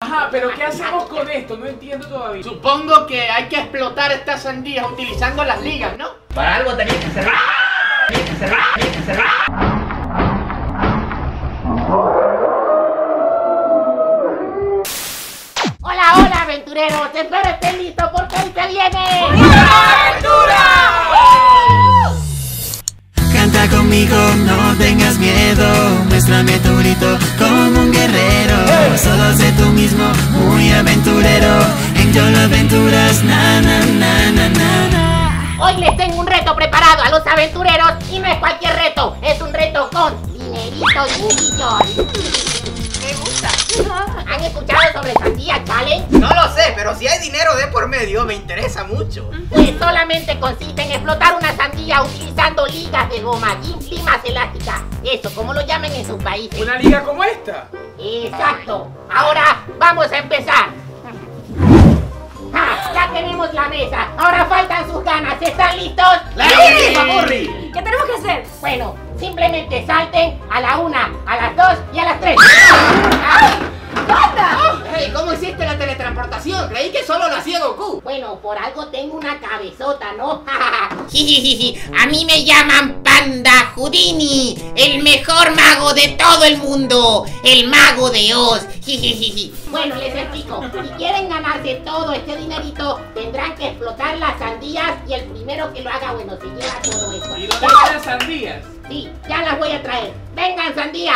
Ajá, pero ¿qué hacemos con esto? No entiendo todavía. Supongo que hay que explotar estas sandías utilizando las ligas, ¿no? Para algo tenía que cerrar. Tenía que cerrar, tenía que cerrar. Hola, hola, aventureros. Espero estén listos porque hoy se viene. Canta conmigo, no tengas miedo. Muéstrame tu grito como un guerrero. Solo sé tú mismo, muy aventurero. En Yolo Aventuras, na na na na na na. Hoy les tengo un reto preparado a los aventureros y no es cualquier reto, es un reto con dinerito y un millón. Me gusta. ¿Han escuchado sobre Sandía Challenge? No lo sé, pero si hay dinero de por medio, me interesa mucho. Pues solamente consiste en explotar una sandía utilizando ligas de goma y limas elásticas. Eso, como lo llamen en sus países. Una liga como esta. Exacto. Ahora vamos a empezar. Ah, ya tenemos la mesa. Ahora faltan sus ganas. ¿Están listos? ¡La última, Burri! ¿Qué tenemos que hacer? Bueno, simplemente salten a la una, a las dos y a las tres. ¡Ah! Ah. ¡Banda! Hey, ¿Cómo hiciste la teletransportación? Creí que solo lo hacía Goku. Bueno, por algo tengo una cabezota, ¿no? Jijijiji, A mí me llaman Panda Houdini, el mejor mago de todo el mundo, el mago de Oz. Jijijiji. bueno, les explico. Si quieren ganarse todo este dinerito, tendrán que explotar las sandías y el primero que lo haga, bueno, se lleva todo esto. ¿Y dónde están las sandías? Sí, ya las voy a traer. Vengan, sandía.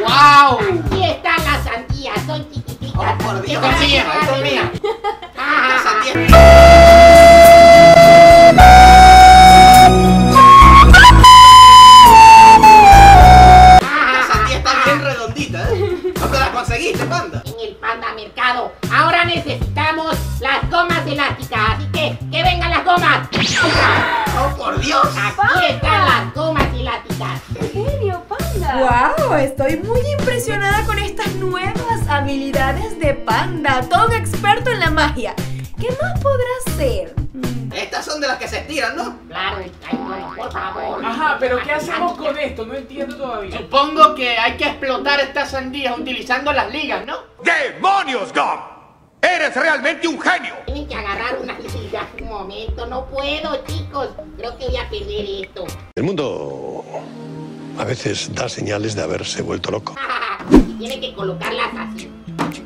¡Wow! Aquí están las sandías, son chiquititas. Oh, por Dios. Son mías, son mías. Ah, ah, Las sandías están bien redonditas, ¿eh? ¿Dónde las conseguiste, panda? en el panda mercado. Ahora necesitamos las gomas elásticas, así que que vengan las gomas. ¡Oh, por Dios! Aquí están las gomas elásticas. ¡Genio, panda! ¡Wow! Estoy muy impresionada con estas nuevas habilidades de Panda, todo un experto en la magia. ¿Qué más podrá hacer? Mm, Estas son de las que se estiran, ¿no? Claro, ay, no, por favor. Ajá, pero ¿qué hacemos con esto? No entiendo todavía. Supongo que hay que explotar estas sandías utilizando las ligas, ¿no? ¡Demonios, Gump! ¡Eres realmente un genio! Tienen que agarrar una liga. Un momento, no puedo, chicos. Creo que voy a perder esto. El mundo a veces da señales de haberse vuelto loco. Y Tienen que colocarlas así.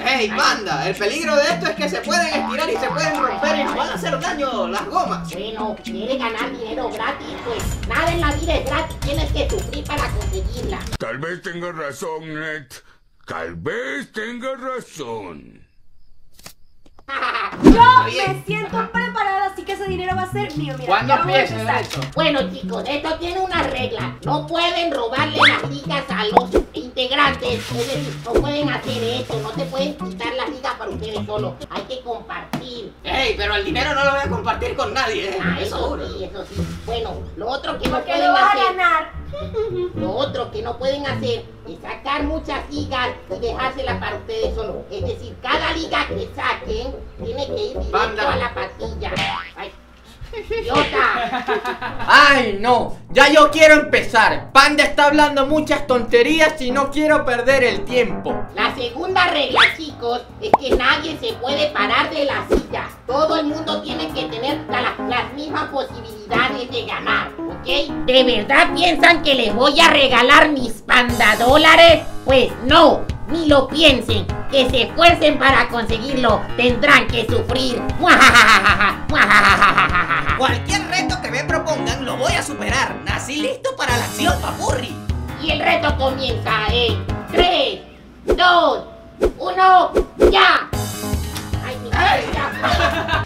¡Ey, panda! El peligro de esto es que se pueden estirar y se pueden romper y nos van a hacer daño las gomas. Bueno, quieres ganar dinero gratis, pues nada en la vida es gratis. Tienes que sufrir para conseguirla. Tal vez tenga razón, Ned. Tal vez tenga razón. Yo me siento preparada, así que ese dinero va a ser mío. Mira, ¿Cuándo yo voy a empieza empezar. esto? Bueno chicos, esto tiene una regla. No pueden robarle las ligas a los integrantes. Es decir, no pueden hacer eso. No se pueden quitar las ligas para ustedes solos. Hay que compartir. ¡Ey, pero el dinero no lo voy a compartir con nadie, ¿eh? Ah, Eso eso seguro. sí, eso sí. Bueno, lo otro que no Porque pueden lo vas a hacer. ganar. Lo otro que no pueden hacer es sacar muchas ligas y dejárselas para ustedes solos. Es decir, cada liga que saquen tiene que ir directo Banda. a la pastilla. Ay, idiota. Ay, no, ya yo quiero empezar. Panda está hablando muchas tonterías y no quiero perder el tiempo. La segunda regla, chicos, es que nadie se puede parar de las sillas. Todo el mundo tiene que tener la- las mismas posibilidades de ganar, ¿ok? ¿De verdad piensan que les voy a regalar mis panda dólares? Pues no, ni lo piensen. Que se esfuercen para conseguirlo. Tendrán que sufrir. ¡Muajajajaja! ¡Muajajajaja! Cualquier reto que me propongan lo voy a superar. Nací listo para la acción, papurri. Y el reto comienza en 3, 2, 1, ya. Ay, mi ya.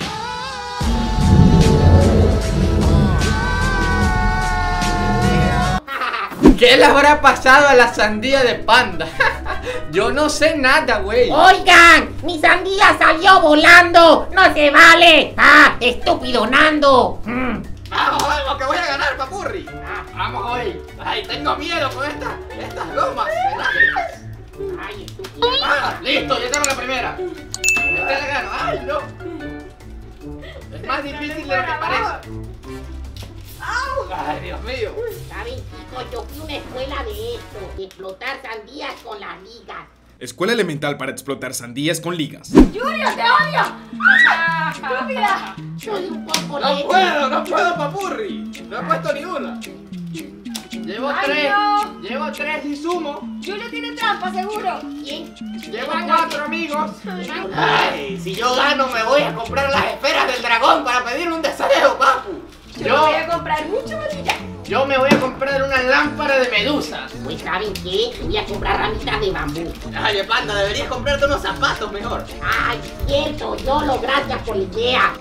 ¿Qué le habrá pasado a la sandía de Panda? yo no sé nada, güey. Ah, Oigan, mi sandía salió volando. No se vale. Ah, estúpido Nando. Mm. Vamos, vamos, que voy a ganar, papurri. Ah, Vamos hoy. Ay, tengo miedo con estas, estas gomas. elásticas. Ay, estúpido. Ah, listo, yo tengo la primera. Esta la gano. Ay, no. Es más difícil de lo que parece. Ay, Dios mío. Saben, chicos, yo fui a una escuela de esto. de explotar sandías con las ligas. Escuela elemental para explotar sandías con ligas. ¡Julio, te odio! ¡Estúpida! Soy un poco ¡No puedo, no puedo, papurri! No he puesto ni una. Llevo Ay, tres. no. Llevo tres y sumo. Julio tiene trampa, seguro. ¿Quién? Llevo cuatro amigos. Ay, si yo gano me voy a comprar las esferas del dragón para pedir un deseo, papu. Yo, me voy a comprar mucho bolilla. Yo me voy a comprar una lámpara de medusas. Pues ¿saben qué? Voy a comprar ramitas de bambú. Ay, panda, deberías comprarte unos zapatos mejor. Ay, cierto, Yolo, gracias por la idea.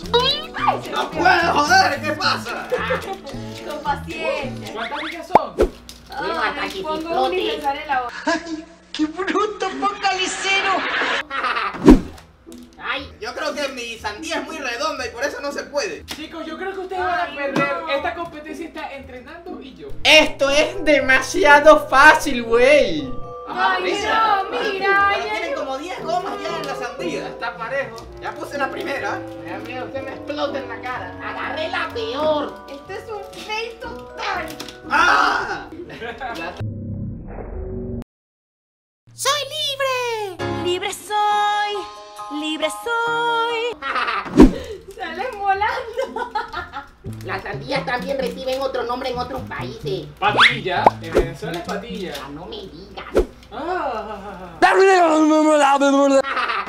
Ay, se ¡No rompió. puedo, joder! ¿Qué pasa? Con paciencia. ¿Cuántas ligas son? Ah, Levanta que te pongo un explote. universal en la boca. ¡Qué bruto, focalicero! Ay, Yo creo que mi sandía es muy redonda y por eso no se puede. Chicos, yo creo que ustedes van a perder. Esta competencia está entre Nando y yo. Esto es demasiado fácil, güey. Ay, no, mira, Ah, Pero ya tienen yo- como 10 gomas ya en la sandía. Está parejo. Ya puse la primera. Me da miedo que me explote en la cara. agarré la peor. Esto Este es un fail total. ¡Ah! ¡Soy libre! ¡Libre soy! ¡Libre soy! ¡Sales volando! Las sandías también reciben otro nombre en otros países. Patilla. En Venezuela es patilla. Ah, no me digas. Ah.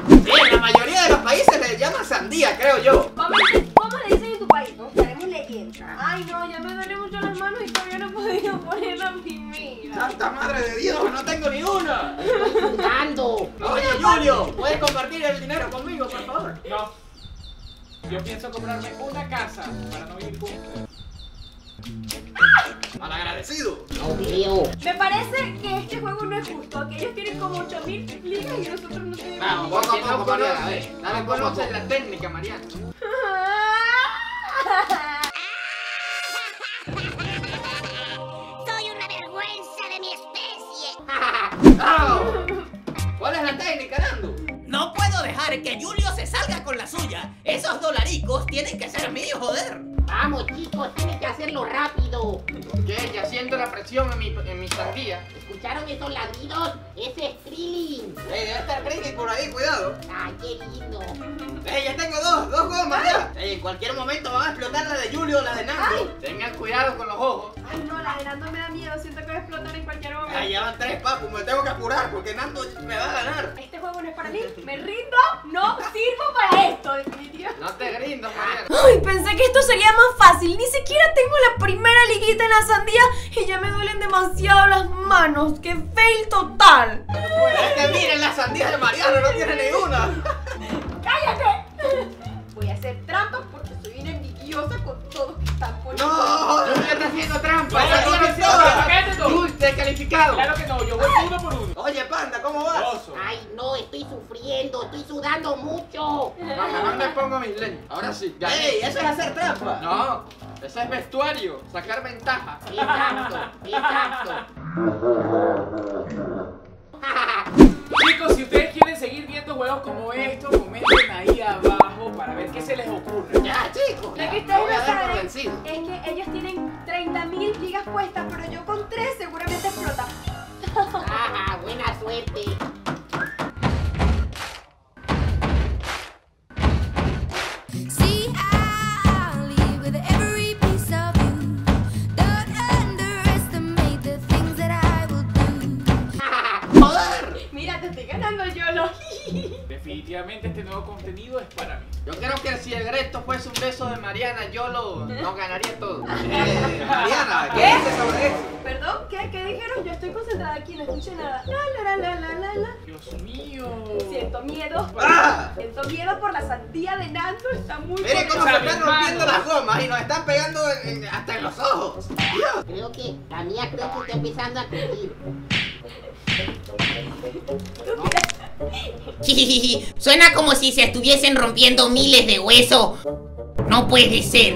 Sí, en la mayoría de los países le llaman sandía, creo yo. ¿Cómo le- ¿Cómo le dicen en tu país? No estaremos leyendo. Ay, no, ya me duele mucho las manos y todavía no he podido poner la mira. ¡Santa madre de Dios! ¡No tengo ni una! Nando. Oye, Julio, ¿puedes compartir el dinero conmigo, por favor? No. Yo pienso comprarme una casa para no vivir juntos. Malagradecido. No veo. Me parece que este juego no es justo, que ellos tienen como 8000 ligas y nosotros no tenemos. Vamos, ligas. poco a poco, Mariana. A ver, dale poco a poco. la técnica, Mariana. Soy una vergüenza de mi especie. ¿Cuál es la técnica, Nando? No puedo dejar que Julio se salga con la suya. Esos dolaricos tienen que ser míos, joder. Vamos, chicos, tienen que hacerlo rápido. ¿Qué? Ya siento la presión en mi, en mi sandía. ¿Escucharon esos ladridos? Ese es Krillin. Ey, debe estar Ricky por ahí, cuidado. Ay, qué lindo. Ey, ya tengo dos, dos gomas ya. Ah. Ey, en cualquier momento van a explotar la de Julio o la de Nando. Tengan cuidado con los ojos. Ay, no, la de Nando me da miedo, siento que va a explotar en cualquier momento. Ahí ya van tres, papu, me tengo que apurar porque Nando me va a ganar. Este juego no es para mí, me rindo, no sirvo para esto, definitivamente. No te grindo, Mariana. Ay, pensé que esto sería más fácil. Ni siquiera tengo la primera liguita en la sandía y ya me duelen demasiado las manos. ¡Qué fail total! Es que miren la sandía de Mariano, no tiene ni una. ¡Cállate! Voy a hacer trampas porque soy bien envidiosa con todos que están por No, Julio está haciendo trampa. No, Esa no, tiene no, no, todas. cállate tú. Julio, descalificado. Claro que no, yo voy uno por uno. Oye, panda, ¿cómo vas? Oso. Ay, no, estoy sufriendo, estoy sudando mucho. Mejor me pongo mis lentes. Ahora sí, ya. ¡Ey! Eso es hacer trampa. No, eso es vestuario, sacar ventaja. Exacto, exacto. Chicos, si ustedes quieren seguir viendo juegos como estos, comenten ahí abajo para ver qué se les ocurre. Ya, chicos. Lo ya, que me ustedes voy a dar no por saben es vencido. que ellos tienen 30.000 ligas puestas, pero yo con 3 seguramente explota. Ajá, Ah, buena suerte. See I live with every piece of you. Don't underestimate the things that I will do. ¡Joder! Mira, te estoy ganando yo lo. Definitivamente este nuevo contenido es para mí. Yo creo que si el resto fuese un beso de Mariana, yo lo no ganaría todo. Eh, Mariana, ¿qué ¿Qué? dices sobre eso? Perdón, ¿qué? ¿Qué dijeron? Yo estoy concentrada aquí, no escuché nada. La, la, la, la, la, la. Dios mío. Siento miedo. ¡Ah! Siento miedo por la sandía de Nando. Está muy Miren cómo se poderosa. están rompiendo las gomas y nos están pegando en- en- hasta en los ojos. Dios. Creo que la mía creo que está empezando a crujir. Jijiji, Suena como si se estuviesen rompiendo miles de huesos. No puede ser.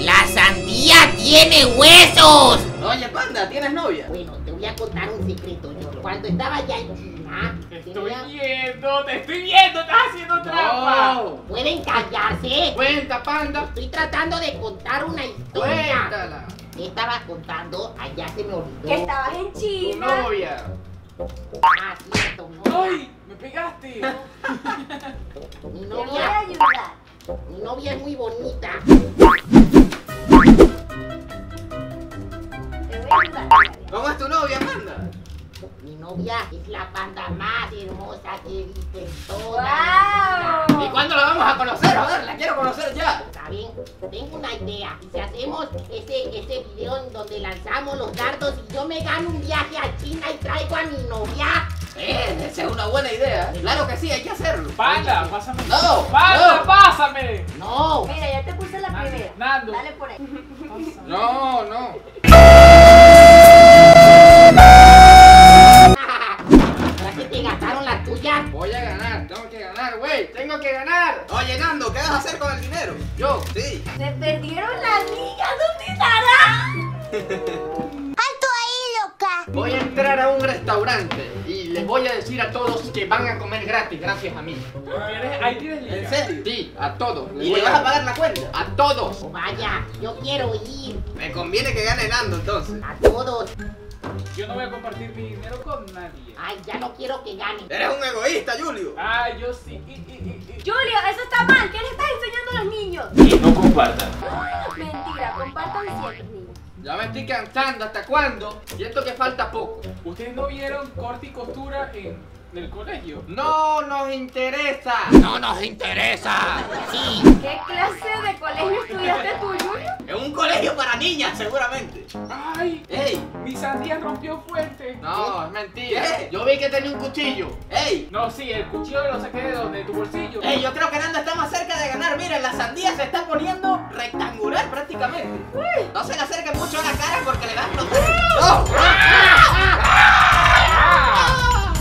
La sandía tiene huesos. Oye, panda, ¿tienes novia? Bueno, te voy a contar un secreto. Yo cuando estaba allá en China, Te estoy tenía- viendo, te estoy viendo, estás haciendo trampa. No. ¿Pueden callarse? Cuenta, panda. Estoy tratando de contar una historia. Cuéntala. ¿Qué estaba contando? Allá se me olvidó. Que estabas en Tu China. novia. Ah, cierto, no. ¡Ay! ¡Me pegaste! Mi novia. Mi novia es muy bonita. ¿Cómo es tu novia, Amanda? Mi novia es la panda más hermosa que he visto en toda mi vida. ¡Wow! ¿Y cuándo la vamos a conocer? Joder, la quiero conocer ya. Está bien, tengo una idea. Si hacemos ese, ese video en donde lanzamos los dardos y yo me gano un viaje a China y traigo a mi novia. Eh, esa es una buena idea. ¿eh? Claro que sí, hay que hacerlo. ¡Panda! ¡Pásame! No, ¡Panda! no. ¡Pásame! No. Mira, ya te puse la Ah, primera. Nando. Dale por ahí. No, no. ¿Para que te gastaron la tuya? Voy a ganar, tengo que ganar, güey. Tengo que ganar. Oye, Nando, ¿qué vas a hacer con el dinero? Yo, sí. Se perdieron la liga. ¿Dónde estará? Voy a entrar a un restaurante y les voy a decir a todos que van a comer gratis gracias a mí. Ahí tienes liga. ¿En serio? Sí, a todos. ¿Y le vas a pagar la cuenta? A todos. Oh, Vaya, yo quiero ir Me conviene que gane Nando entonces. a todos. Yo no voy a compartir mi dinero con nadie. Ay, ya no quiero que ganen. Eres un egoísta, Julio. Ah, yo sí. Y, y, y, y. Julio, eso está mal. ¿Qué le estás enseñando a los niños? no compartan. Mentira, compartan siempre, niños. Ya me estoy cansando, ¿hasta cuándo? Siento que falta poco. ¿Ustedes no vieron corte y costura en el colegio? No nos interesa. ¡No nos interesa! Sí, ¿Qué clase de colegio estudiaste tú, Julio? Es un colegio para niñas, seguramente. ¡Ay! ¡Ey! Mi sandía rompió fuerte. No, es mentira. Yo vi que tenía un cuchillo. ¡Ey! No, sí, el cuchillo lo saqué de donde, de tu bolsillo. ¡Ey! Yo creo que Nando está más cerca de ganar. Miren, la sandía se está poniendo rectangular prácticamente. No se le acerque mucho a la cara porque le va a explotar. ¡No! ¡Ah!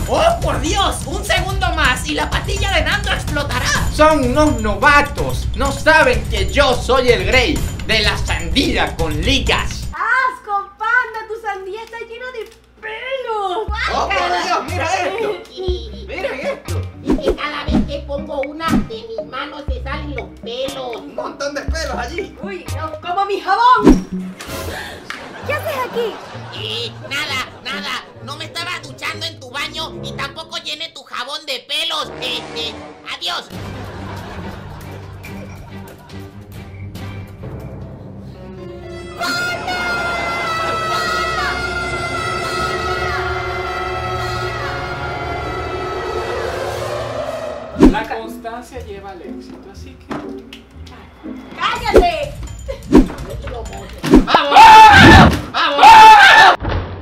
¡Oh, por Dios! ¡Un segundo más y la patilla de Nando explotará! Son unos novatos. No saben que yo soy el Grey de la sandía con ligas. ¡Asco, panda! Tu sandía está llena de pelos. ¡Oh, por Guácala. Dios! ¡Mira esto! sí. ¡Miren esto! Es que cada vez que pongo una de mis manos se salen los pelos. Un montón de pelos allí. Uy, no, como mi jabón. ¿Qué haces aquí? Y nada, nada. No me estaba duchando en tu baño y tampoco llené tu jabón de pelos. Eh, eh, adiós. La constancia lleva al éxito, así que. ¡Cállate! ¡Vamos! ¡Vamos!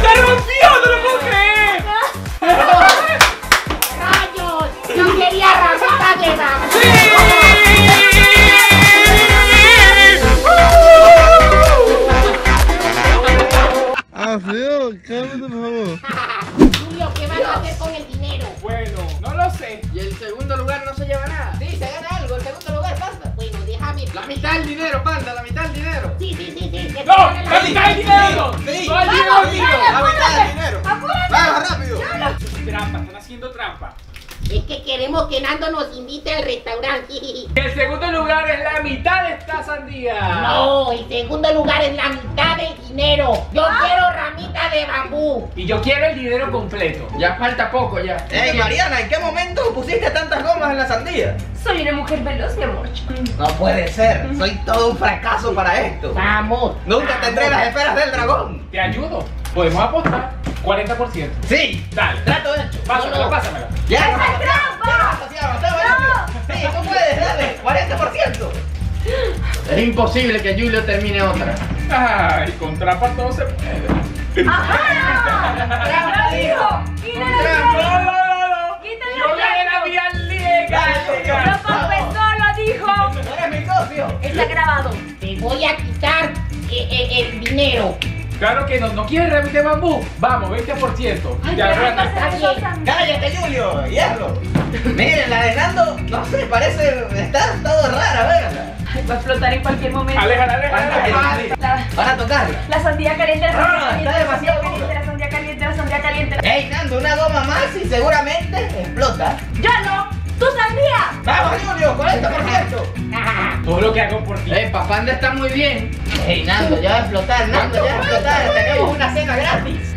¡Te rompió! ¡No lo puedo creer! ¡Rayos! ¡Yo quería ramita de mamá! Julio, ¿qué van a hacer con el dinero? Bueno, no lo sé. Y el segundo lugar no se lleva nada. Sí, se gana algo. El segundo lugar, panda. Bueno, déjame. La mitad del dinero, panda. La mitad del dinero. Sí, sí, sí, sí. que ¡No! se ¡La mitad del dinero! Sí. ¡No el dinero, Vamos, mío! dale. La mitad del dinero. ¡Apúrate! ¡Vamos, rápido! Eso es Trampa, están haciendo trampa. Es que queremos que Nando nos invite al restaurante. El segundo lugar es la mitad de esta sandía. No, el segundo lugar es la mitad del dinero. Yo quiero ramita de bambú. Y yo quiero el dinero completo. Ya falta poco ya. Ey, Mariana, ¿en qué momento pusiste tantas gomas en la sandía? Soy una mujer veloz, mi amor. No puede ser, soy todo un fracaso para esto. Vamos. Nunca tendré las esferas del dragón. Te ayudo. Podemos apostar 40%. Sí, Dale. trato hecho. Pásamela, pásamela. Ya, no, ¡Esa es trampa! Sí, tú puedes, dale, 40%. Es imposible que Julio termine otra. Ay, con trampa todo se puede. ¡Ajá! ¡Trampa, hijo! ¡Quítale el No, crédito! no, no, no. Quítale Yo el gané la crédito. mía liga. ¡Lo confesó, lo dijo! ¡Tú eres mi socio! Está grabado. Te voy a quitar eh, eh, el dinero. Claro que no, no quieres remite bambú. Vamos, 20%. ya ganaste. ¡Cállate, Julio! ¡Hierro! Miren, la de Nando, no sé, parece estar todo rara, véanla. Va a explotar en cualquier momento. Aléjala, aléjala, aléjala. La, Van a tocarla. la sandía caliente, la Ah, sandía caliente, está la sandía demasiado caliente, la sandía caliente, la sandía caliente. Ey, Nando, una goma más y seguramente explota. ¡Yo no! ¡Tú sabes sandía! ¡Vamos, Julio! ¡40%! Todo lo que hago por ti. Epa, Panda Eh, está muy bien. Ey, Nando, ya va a explotar, Nando, ya va a explotar. Tenemos una cena gratis.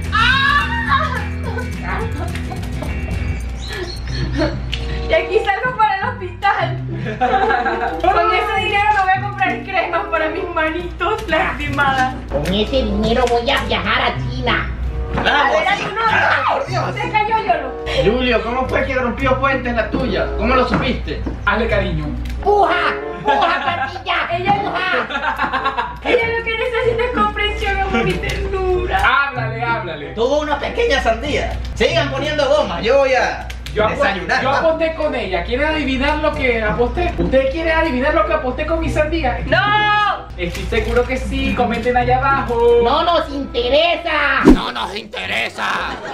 Y aquí salgo para el hospital. Con ese dinero me voy a comprar cremas para mis manitos lastimadas. Con ese dinero voy a viajar a China. A ver, hay un otro. Se cayó Yolo. Julio, ¿cómo fue que rompió pues? puentes la tuya? ¿Cómo lo supiste? Hazle cariño. ¡Puja! ¡Puja, pandilla! Ella Ella lo que necesita es comprensión, amor y ternura. Háblale, háblale. Tuvo una pequeña sandía. Sigan poniendo goma, yo voy a Yo, apo- desayunar. yo vamos. aposté con ella. ¿Quieren adivinar lo que aposté? ¿Ustedes quieren adivinar lo que aposté con mi sandía? ¡No! Estoy seguro que sí. Comenten allá abajo. ¡No nos interesa! No nos interesa.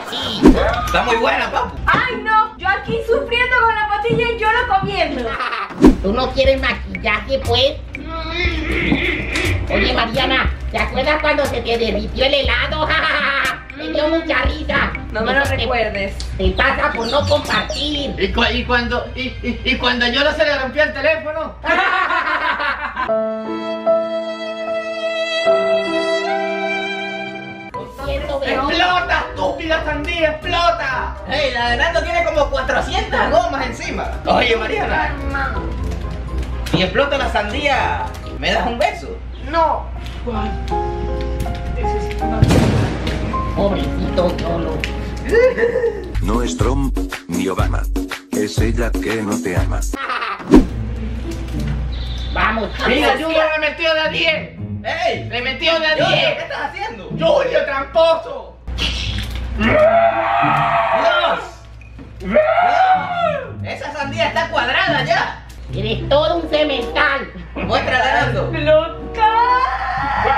Sí. Está muy buena, papu. ¡Ay, no! Yo aquí sufriendo con la patilla y yo lo comiendo. ¿Tú no quieres maquillaje, pues? Oye, Mariana, ¿te acuerdas cuando se te derritió el helado? Me dio mucha risa. No me lo Eso te- recuerdes. Te pasa por no compartir. ¿Y, cu- y cuando y, y- y cuando a Yolo se le rompió el teléfono? Cierto, pero- ¡Explota, estúpida sandía, explota! Ey, la de Nando tiene como 400 gomas encima. Oye, Mariana, si explota la sandía, ¿me das un beso? No. Pobrecito Yolo. No es Trump, ni Obama. Es ella que no te ama. Vamos, Mira, chicos. Julio le metió de a 10. ¡Ey! Le metió de a Julio, 10. ¿qué estás haciendo? Julio, tramposo. ¡Dios! ¡Dios! Esa sandía está cuadrada ya. Eres todo un cemental. Muéstrala, Nando. ¡Loca!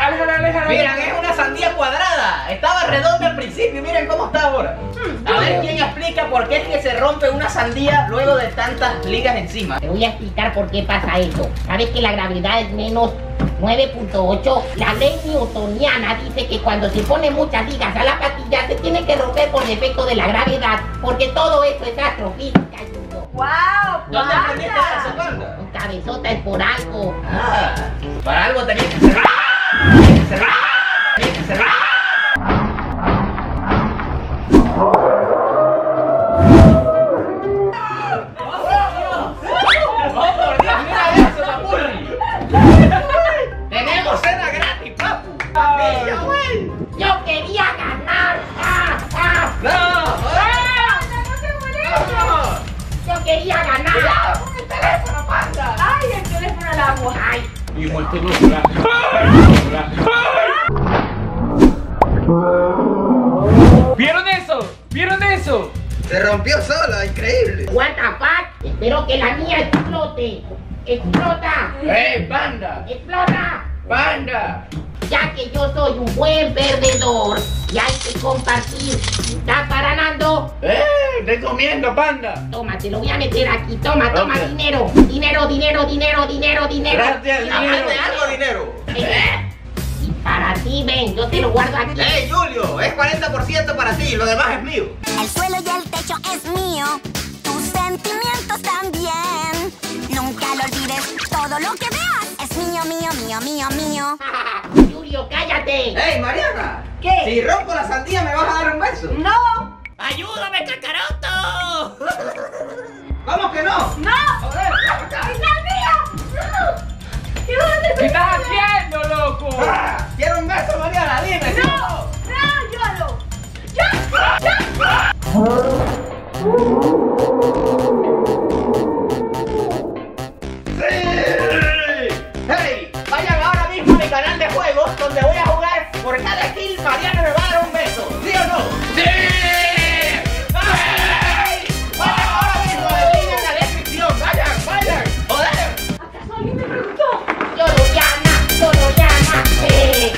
Aléjala, aléjala. Miren, es una sandía cuadrada. Estaba redonda al principio y miren cómo está ahora. A ver quién explica por qué es que se rompe una sandía luego de tantas ligas encima. Te voy a explicar por qué pasa eso. Sabes que la gravedad es menos 9.8. La ley newtoniana dice que cuando se pone muchas ligas a la patilla se tiene que romper por defecto de la gravedad, porque todo eso es astrofísica. Yuyo. ¡Wow! ¿Dónde aprendiste eso, ¡Panda! panda? Un cabezota es por algo. Ah, para algo tenía que cerrar. Tenía que cerrar. Tenía que cerrar. ¡Oh, por Dios! ¡Mira eso, papurri! ¡Tenemos cena gratis, papu! ¡Papilla, güey! Yo quería ganar. ¡Ah, ah! ¡No! ¡Ah! ¡No! Yo quería ganar. ¡Cuidado con el teléfono, panda! ¡Ay, el teléfono al agua! Ay, Y volteó a llorar. ¿Vieron eso? ¿Vieron eso? Se rompió sola, increíble. what the fuck. Espero que la mía explote. Explota. ¡Ey, panda! Explota. ¡Panda! ya que yo soy un buen perdedor y hay que compartir. ¿Está para Nando? ¡Eh! ¡Ey! ¡Te comiendo, panda! Toma, te lo voy a meter aquí. Toma, toma, Ok. dinero. Dinero, dinero, dinero, dinero, dinero. Gracias, Tira, dinero. hazme algo, dinero! Eh, Y para ti, ven, yo te lo guardo aquí. ¡Ey, Julio! Es 40% para ti, lo demás es mío. El suelo y el techo es mío, tus sentimientos también. Nunca lo olvides, todo lo que veas es mío, mío, mío, mío, mío. Julio, cállate. ¡Ey, Mariana! ¿Qué? Si rompo la sandía, ¿me vas a dar un beso? ¡No! ¡Ayúdame, cacaroto! ¡Vamos que no! ¡No! ¡Joder! ¡Mi sandía! ¡No! ¿Qué vas a hacer ¿Qué con estás mi sandía? haciendo, loco? ¡Ah! ¡Quiero un beso, Mariana! ¡Dime! ¡No! ¡Ah, ¡No, Yolo! ¡Hey! Vayan ahora mismo a mi canal de juegos donde voy a jugar por cada kill Mariana me va a dar un beso. ¿Sí o no? ¡Sí! ¡Vayan ahora mismo! ¡El link en la descripción! ¡Vayan, vayan! ¡Joder! ¿Acaso alguien me preguntó? Yo lo llama, yo lo llama. eh.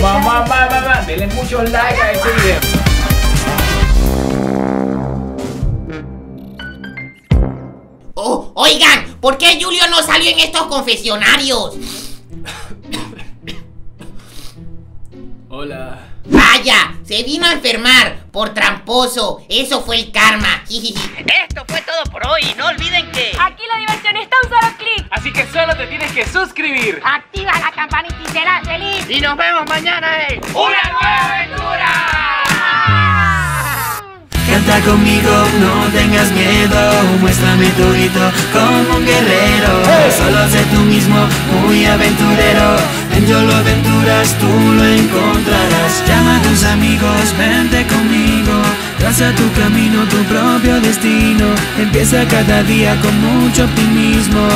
Mamá, mamá, mamá. Denle muchos likes a este video. Oh, oigan, ¿por qué Julio no salió en estos confesionarios? Hola. Vaya, se vino a enfermar. por tramposo. Eso fue el karma. Esto fue todo por hoy. No olviden que... Aquí la diversión está a un solo clic. Así que solo te tienes que suscribir. Activa la campanita y serás feliz. Y nos vemos mañana eh. en... ¡Una nueva aventura! Canta conmigo, no tengas miedo, muéstrame tu grito como un guerrero. Solo sé tú mismo, muy aventurero. En Yo lo aventuras, tú lo encontrarás. Llama a tus amigos, vente conmigo. Traza tu camino, tu propio destino. Empieza cada día con mucho optimismo.